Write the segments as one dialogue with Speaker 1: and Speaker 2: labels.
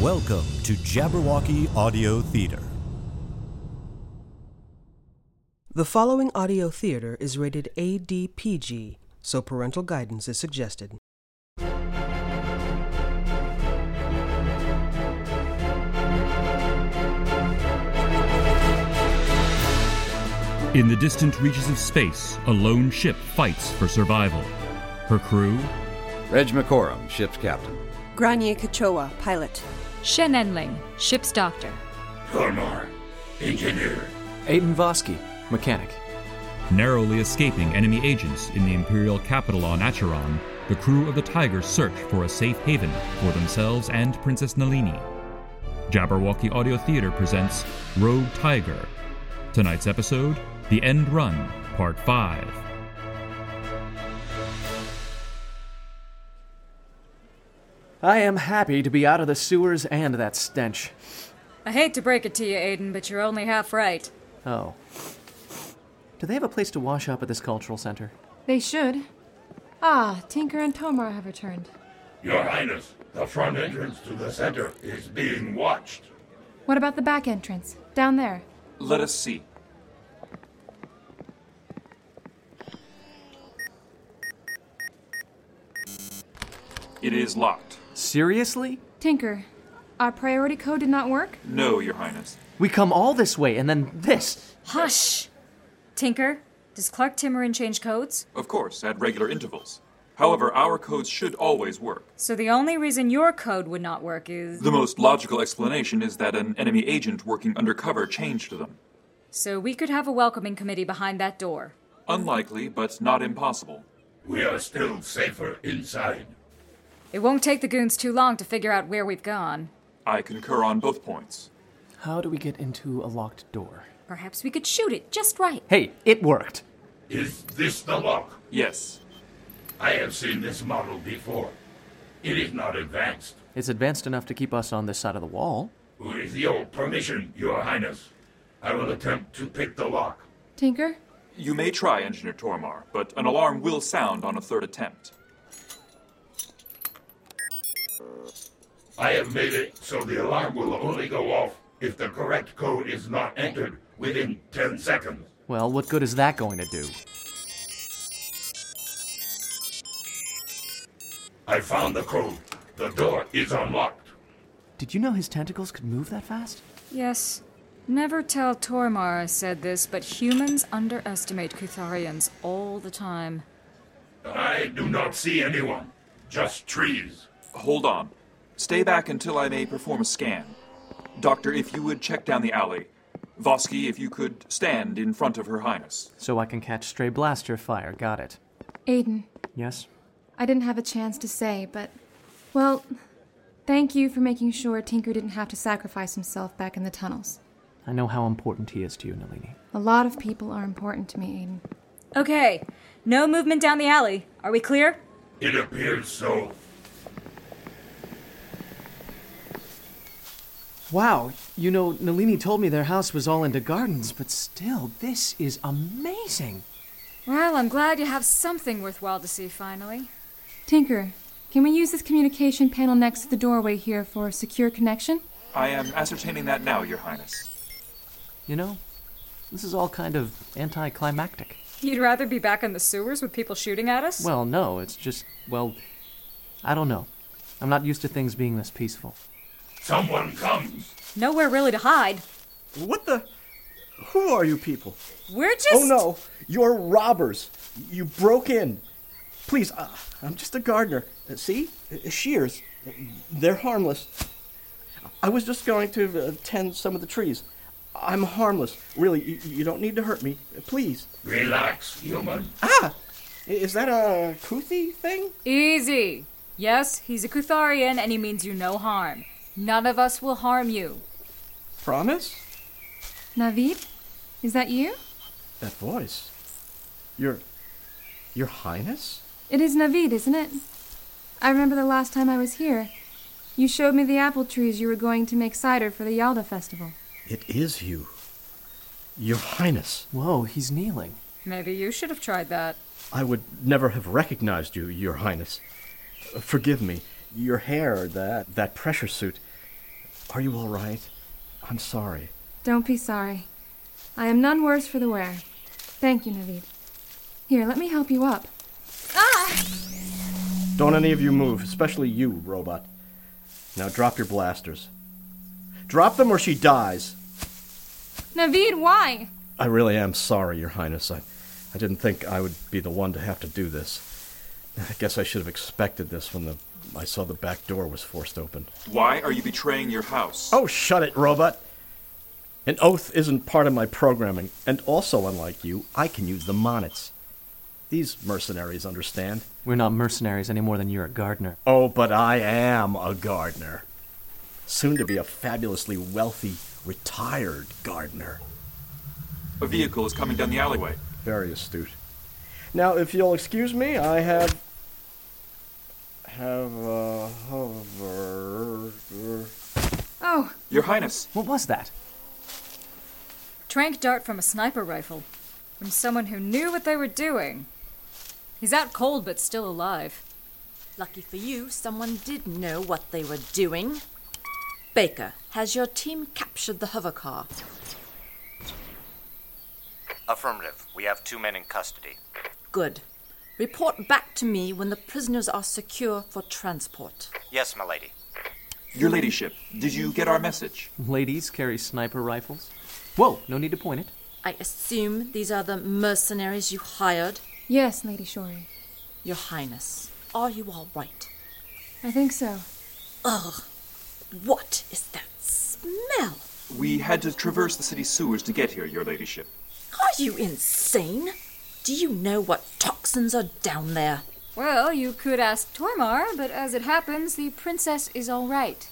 Speaker 1: Welcome to Jabberwocky Audio Theater.
Speaker 2: The following audio theater is rated ADPG, so parental guidance is suggested.
Speaker 3: In the distant reaches of space, a lone ship fights for survival. Her crew,
Speaker 4: Reg McCorum, ship's captain.
Speaker 5: Grania Kachowa, pilot.
Speaker 6: Shen Enling, ship's doctor.
Speaker 7: Colmar, engineer.
Speaker 8: Aiden Vosky, mechanic.
Speaker 3: narrowly escaping enemy agents in the Imperial capital on Acheron, the crew of the Tiger search for a safe haven for themselves and Princess Nalini. Jabberwocky Audio Theater presents Rogue Tiger. Tonight's episode The End Run, Part 5.
Speaker 8: I am happy to be out of the sewers and that stench.
Speaker 6: I hate to break it to you, Aiden, but you're only half right.
Speaker 8: Oh. Do they have a place to wash up at this cultural center?
Speaker 9: They should. Ah, Tinker and Tomar have returned.
Speaker 7: Your Highness, the front entrance to the center is being watched.
Speaker 9: What about the back entrance? Down there.
Speaker 10: Let us see. It is locked.
Speaker 8: Seriously?
Speaker 9: Tinker, our priority code did not work?
Speaker 10: No, Your Highness.
Speaker 8: We come all this way and then this.
Speaker 6: Hush! Tinker, does Clark Timorin change codes?
Speaker 10: Of course, at regular intervals. However, our codes should always work.
Speaker 6: So the only reason your code would not work is.
Speaker 10: The most logical explanation is that an enemy agent working undercover changed them.
Speaker 6: So we could have a welcoming committee behind that door.
Speaker 10: Unlikely, but not impossible.
Speaker 7: We are still safer inside.
Speaker 6: It won't take the goons too long to figure out where we've gone.
Speaker 10: I concur on both points.
Speaker 8: How do we get into a locked door?
Speaker 6: Perhaps we could shoot it just right.
Speaker 8: Hey, it worked.
Speaker 7: Is this the lock?
Speaker 10: Yes.
Speaker 7: I have seen this model before. It is not advanced.
Speaker 8: It's advanced enough to keep us on this side of the wall.
Speaker 7: With your permission, Your Highness, I will attempt to pick the lock.
Speaker 9: Tinker?
Speaker 10: You may try, Engineer Tormar, but an alarm will sound on a third attempt.
Speaker 7: I have made it so the alarm will only go off if the correct code is not entered within 10 seconds.
Speaker 8: Well, what good is that going to do?
Speaker 7: I found the code. The door is unlocked.
Speaker 8: Did you know his tentacles could move that fast?
Speaker 6: Yes. Never tell Tormar I said this, but humans underestimate Kutharians all the time.
Speaker 7: I do not see anyone, just trees.
Speaker 10: Hold on. Stay back until I may perform a scan. Doctor, if you would check down the alley. Vosky, if you could stand in front of Her Highness.
Speaker 8: So I can catch stray blaster fire. Got it.
Speaker 9: Aiden,
Speaker 8: Yes?
Speaker 9: I didn't have a chance to say, but. Well, thank you for making sure Tinker didn't have to sacrifice himself back in the tunnels.
Speaker 8: I know how important he is to you, Nalini.
Speaker 9: A lot of people are important to me, Aiden.
Speaker 6: Okay, no movement down the alley. Are we clear?
Speaker 7: It appears so.
Speaker 8: Wow, you know, Nalini told me their house was all into gardens, but still, this is amazing.
Speaker 6: Well, I'm glad you have something worthwhile to see finally.
Speaker 9: Tinker, can we use this communication panel next to the doorway here for a secure connection?
Speaker 10: I am ascertaining that now, Your Highness.
Speaker 8: You know, this is all kind of anticlimactic.
Speaker 6: You'd rather be back in the sewers with people shooting at us?
Speaker 8: Well, no, it's just, well, I don't know. I'm not used to things being this peaceful.
Speaker 7: Someone comes.
Speaker 6: Nowhere really to hide.
Speaker 11: What the? Who are you people?
Speaker 6: We're just.
Speaker 11: Oh no, you're robbers. You broke in. Please, uh, I'm just a gardener. Uh, See? Uh, Shears. They're harmless. I was just going to uh, tend some of the trees. I'm harmless. Really, you, you don't need to hurt me. Uh, Please.
Speaker 7: Relax, human.
Speaker 11: Ah! I- Is that a Kuthi thing?
Speaker 6: Easy. Yes, he's a Kutharian and he means you no harm. None of us will harm you.
Speaker 11: Promise?
Speaker 9: Navid? Is that you?
Speaker 11: That voice. Your. Your Highness?
Speaker 9: It is Navid, isn't it? I remember the last time I was here. You showed me the apple trees you were going to make cider for the Yalda festival.
Speaker 11: It is you. Your Highness.
Speaker 8: Whoa, he's kneeling.
Speaker 6: Maybe you should have tried that.
Speaker 11: I would never have recognized you, Your Highness. Forgive me. Your hair, that, that pressure suit. Are you all right? I'm sorry.
Speaker 9: Don't be sorry. I am none worse for the wear. Thank you, Navid. Here, let me help you up.
Speaker 11: Don't any of you move, especially you, robot. Now drop your blasters. Drop them or she dies.
Speaker 9: Navid, why?
Speaker 11: I really am sorry, Your Highness. I, I didn't think I would be the one to have to do this. I guess I should have expected this when the I saw the back door was forced open.
Speaker 10: Why are you betraying your house?
Speaker 11: Oh, shut it, robot! An oath isn't part of my programming, and also, unlike you, I can use the monets. These mercenaries understand.
Speaker 8: We're not mercenaries any more than you're a gardener.
Speaker 11: Oh, but I am a gardener. Soon to be a fabulously wealthy, retired gardener.
Speaker 10: A vehicle is coming down the alleyway.
Speaker 11: Very astute. Now, if you'll excuse me, I have. have a hover.
Speaker 6: Oh,
Speaker 10: Your Highness.
Speaker 8: What was that?
Speaker 6: Trank dart from a sniper rifle. From someone who knew what they were doing. He's out cold but still alive.
Speaker 12: Lucky for you, someone did know what they were doing. Baker, has your team captured the hovercar?
Speaker 13: Affirmative. We have two men in custody.
Speaker 12: Good. Report back to me when the prisoners are secure for transport.
Speaker 13: Yes, my lady.
Speaker 10: Your Ladyship, did you get our message?
Speaker 8: Ladies carry sniper rifles. Whoa, no need to point it.
Speaker 12: I assume these are the mercenaries you hired?
Speaker 9: Yes, Lady Shorey.
Speaker 12: Your Highness, are you all right?
Speaker 9: I think so.
Speaker 12: Ugh, what is that smell?
Speaker 10: We had to traverse the city sewers to get here, Your Ladyship.
Speaker 12: Are you insane? Do you know what toxins are down there?
Speaker 6: Well, you could ask Tormar, but as it happens, the princess is all right.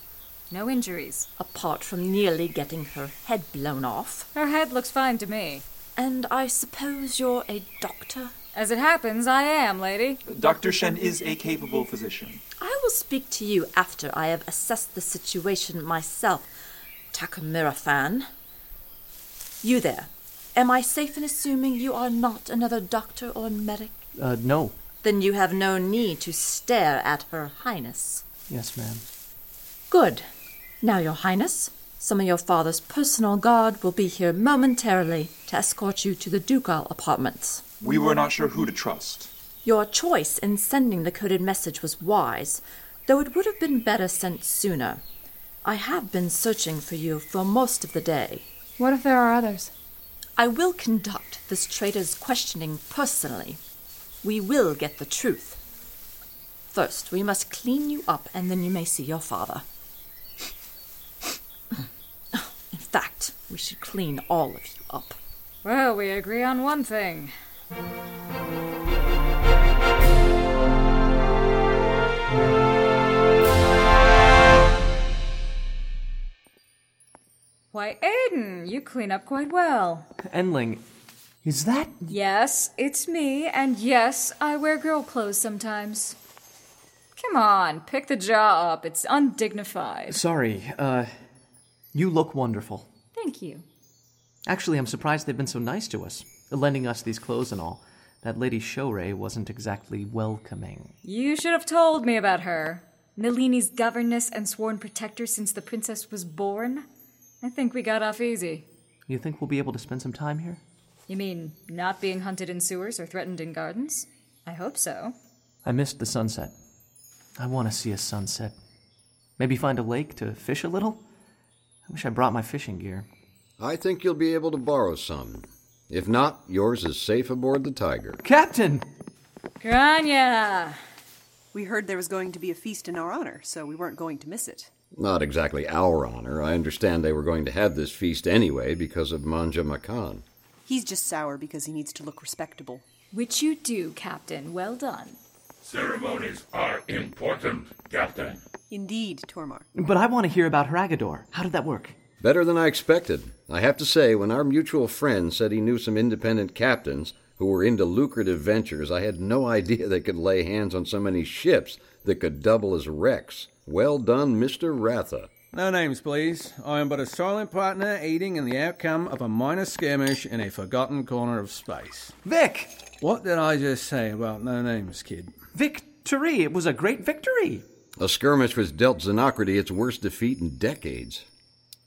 Speaker 6: No injuries.
Speaker 12: Apart from nearly getting her head blown off.
Speaker 6: Her head looks fine to me.
Speaker 12: And I suppose you're a doctor?
Speaker 6: As it happens, I am, lady.
Speaker 10: Dr. Shen is a capable physician.
Speaker 12: I will speak to you after I have assessed the situation myself, Takamura-fan. You there. Am I safe in assuming you are not another doctor or medic?
Speaker 8: Uh, no.
Speaker 12: Then you have no need to stare at Her Highness.
Speaker 8: Yes, ma'am.
Speaker 12: Good. Now, Your Highness, some of your father's personal guard will be here momentarily to escort you to the ducal apartments.
Speaker 10: We were not sure who to trust.
Speaker 12: Your choice in sending the coded message was wise, though it would have been better sent sooner. I have been searching for you for most of the day.
Speaker 9: What if there are others?
Speaker 12: I will conduct this traitor's questioning personally. We will get the truth. First, we must clean you up, and then you may see your father. In fact, we should clean all of you up.
Speaker 6: Well, we agree on one thing. Why, Aiden, you clean up quite well.
Speaker 8: Endling, is that.
Speaker 6: Yes, it's me, and yes, I wear girl clothes sometimes. Come on, pick the jaw up. It's undignified.
Speaker 8: Sorry, uh. You look wonderful.
Speaker 6: Thank you.
Speaker 8: Actually, I'm surprised they've been so nice to us, lending us these clothes and all. That Lady Shorey wasn't exactly welcoming.
Speaker 6: You should have told me about her. Nalini's governess and sworn protector since the princess was born. I think we got off easy.
Speaker 8: You think we'll be able to spend some time here?
Speaker 6: You mean not being hunted in sewers or threatened in gardens? I hope so.
Speaker 8: I missed the sunset. I want to see a sunset. Maybe find a lake to fish a little? I wish I brought my fishing gear.
Speaker 4: I think you'll be able to borrow some. If not, yours is safe aboard the Tiger.
Speaker 8: Captain!
Speaker 6: Grania!
Speaker 5: We heard there was going to be a feast in our honor, so we weren't going to miss it.
Speaker 4: Not exactly our honor. I understand they were going to have this feast anyway because of Manja Makan.
Speaker 5: He's just sour because he needs to look respectable.
Speaker 6: Which you do, Captain. Well done.
Speaker 7: Ceremonies are important, Captain.
Speaker 5: Indeed, Tormar.
Speaker 8: But I want to hear about Haragador. How did that work?
Speaker 4: Better than I expected. I have to say, when our mutual friend said he knew some independent captains who were into lucrative ventures, I had no idea they could lay hands on so many ships that could double as wrecks. Well done, Mr. Ratha.
Speaker 14: No names, please. I am but a silent partner aiding in the outcome of a minor skirmish in a forgotten corner of space.
Speaker 8: Vic!
Speaker 14: What did I just say about no names, kid?
Speaker 8: Victory! It was a great victory!
Speaker 4: A skirmish was dealt Xenocrity its worst defeat in decades.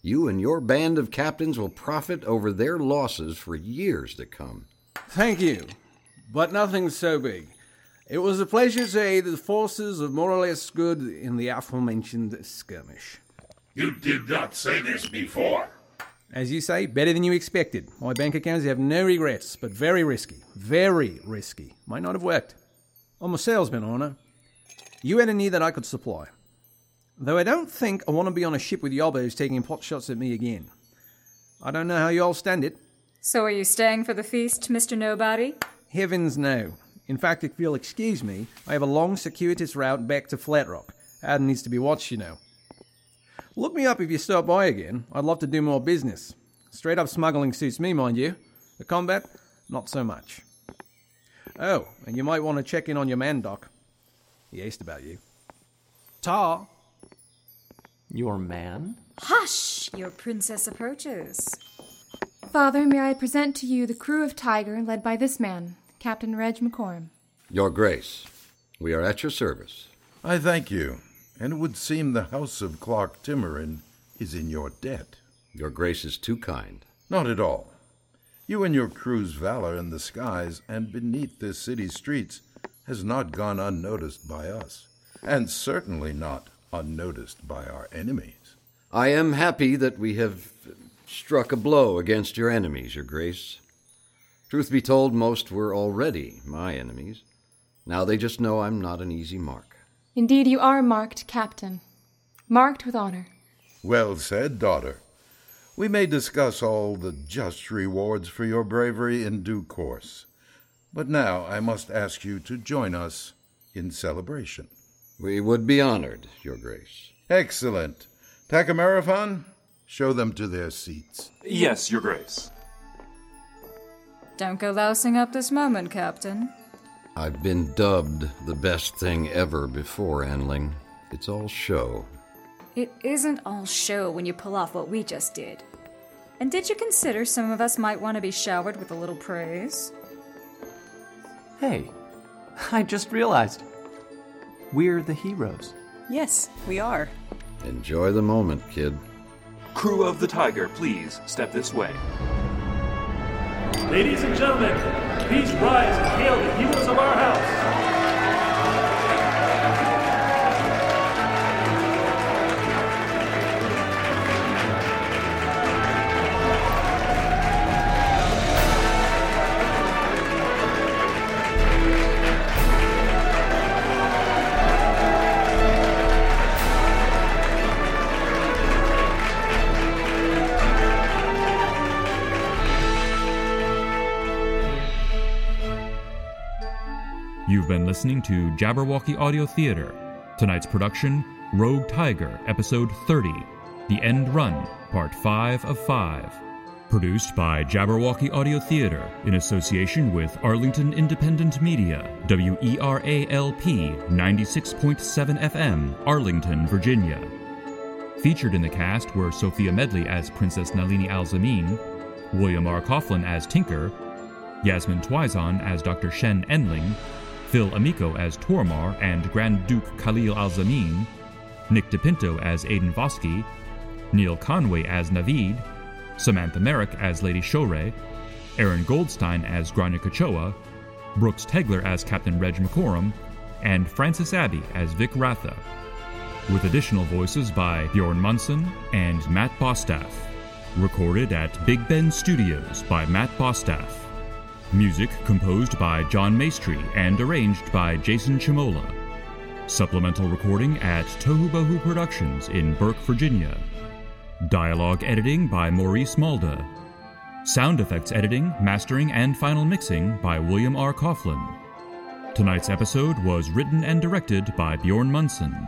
Speaker 4: You and your band of captains will profit over their losses for years to come.
Speaker 14: Thank you, but nothing so big. It was a pleasure to aid the forces of more or less good in the aforementioned skirmish.
Speaker 7: You did not say this before.
Speaker 14: As you say, better than you expected. My bank accounts have no regrets, but very risky. Very risky. Might not have worked. I'm a salesman, Honor. You had a need that I could supply. Though I don't think I want to be on a ship with yobbos taking pot shots at me again. I don't know how you all stand it.
Speaker 6: So are you staying for the feast, Mr. Nobody?
Speaker 14: Heavens no. In fact, if you'll excuse me, I have a long, circuitous route back to Flat Rock. Adam needs to be watched, you know. Look me up if you stop by again. I'd love to do more business. Straight up smuggling suits me, mind you. The combat, not so much. Oh, and you might want to check in on your man, Doc. He aced about you. Tar!
Speaker 8: Your man?
Speaker 6: Hush! Your princess approaches.
Speaker 9: Father, may I present to you the crew of Tiger led by this man, Captain Reg McCorm.
Speaker 4: Your Grace, we are at your service.
Speaker 15: I thank you, and it would seem the house of Clark Timorin is in your debt.
Speaker 4: Your Grace is too kind.
Speaker 15: Not at all. You and your crew's valor in the skies and beneath this city's streets has not gone unnoticed by us, and certainly not unnoticed by our enemies.
Speaker 4: I am happy that we have struck a blow against your enemies, Your Grace. Truth be told, most were already my enemies. Now they just know I'm not an easy mark.
Speaker 9: Indeed, you are marked captain, marked with honor.
Speaker 15: Well said, daughter. We may discuss all the just rewards for your bravery in due course. But now I must ask you to join us in celebration.
Speaker 4: We would be honored, Your Grace.
Speaker 15: Excellent. Takamarathon, show them to their seats.
Speaker 10: Yes, Your Grace.
Speaker 6: Don't go lousing up this moment, Captain.
Speaker 4: I've been dubbed the best thing ever before, Anling. It's all show.
Speaker 6: It isn't all show when you pull off what we just did. And did you consider some of us might want to be showered with a little praise?
Speaker 8: Hey, I just realized. We're the heroes.
Speaker 5: Yes, we are.
Speaker 4: Enjoy the moment, kid.
Speaker 10: Crew of the Tiger, please step this way.
Speaker 16: Ladies and gentlemen, please rise and hail the heroes of our house.
Speaker 3: You've been listening to Jabberwocky Audio Theater. Tonight's production, Rogue Tiger, Episode 30, The End Run, Part 5 of 5. Produced by Jabberwocky Audio Theater in association with Arlington Independent Media, E WERALP 96.7 FM, Arlington, Virginia. Featured in the cast were Sophia Medley as Princess Nalini Alzamin, William R. Coughlin as Tinker, Yasmin Twizon as Dr. Shen Enling, Phil Amico as Tormar and Grand Duke Khalil Al Zamin, Nick DePinto as Aidan Vosky, Neil Conway as Navid, Samantha Merrick as Lady Shore, Aaron Goldstein as Grania Kachoa, Brooks Tegler as Captain Reg McCorum, and Francis Abbey as Vic Ratha, with additional voices by Bjorn Munson and Matt Bostaff. Recorded at Big Ben Studios by Matt Bostaff. Music composed by John Maestri and arranged by Jason Chimola. Supplemental recording at Tohubohu Productions in Burke, Virginia. Dialogue editing by Maurice Malda. Sound effects editing, mastering, and final mixing by William R. Coughlin. Tonight's episode was written and directed by Bjorn Munson.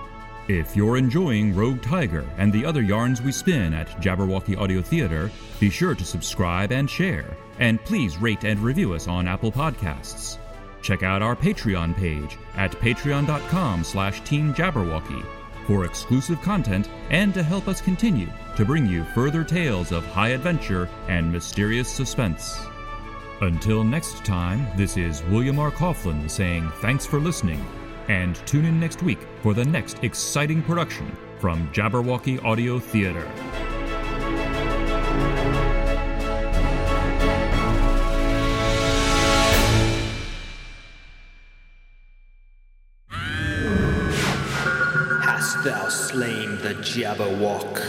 Speaker 3: If you're enjoying Rogue Tiger and the other yarns we spin at Jabberwocky Audio Theater, be sure to subscribe and share, and please rate and review us on Apple Podcasts. Check out our Patreon page at patreon.com slash teamjabberwocky for exclusive content and to help us continue to bring you further tales of high adventure and mysterious suspense. Until next time, this is William R. Coughlin saying thanks for listening, and tune in next week for the next exciting production from Jabberwocky Audio Theater.
Speaker 17: Hast thou slain the Jabberwock?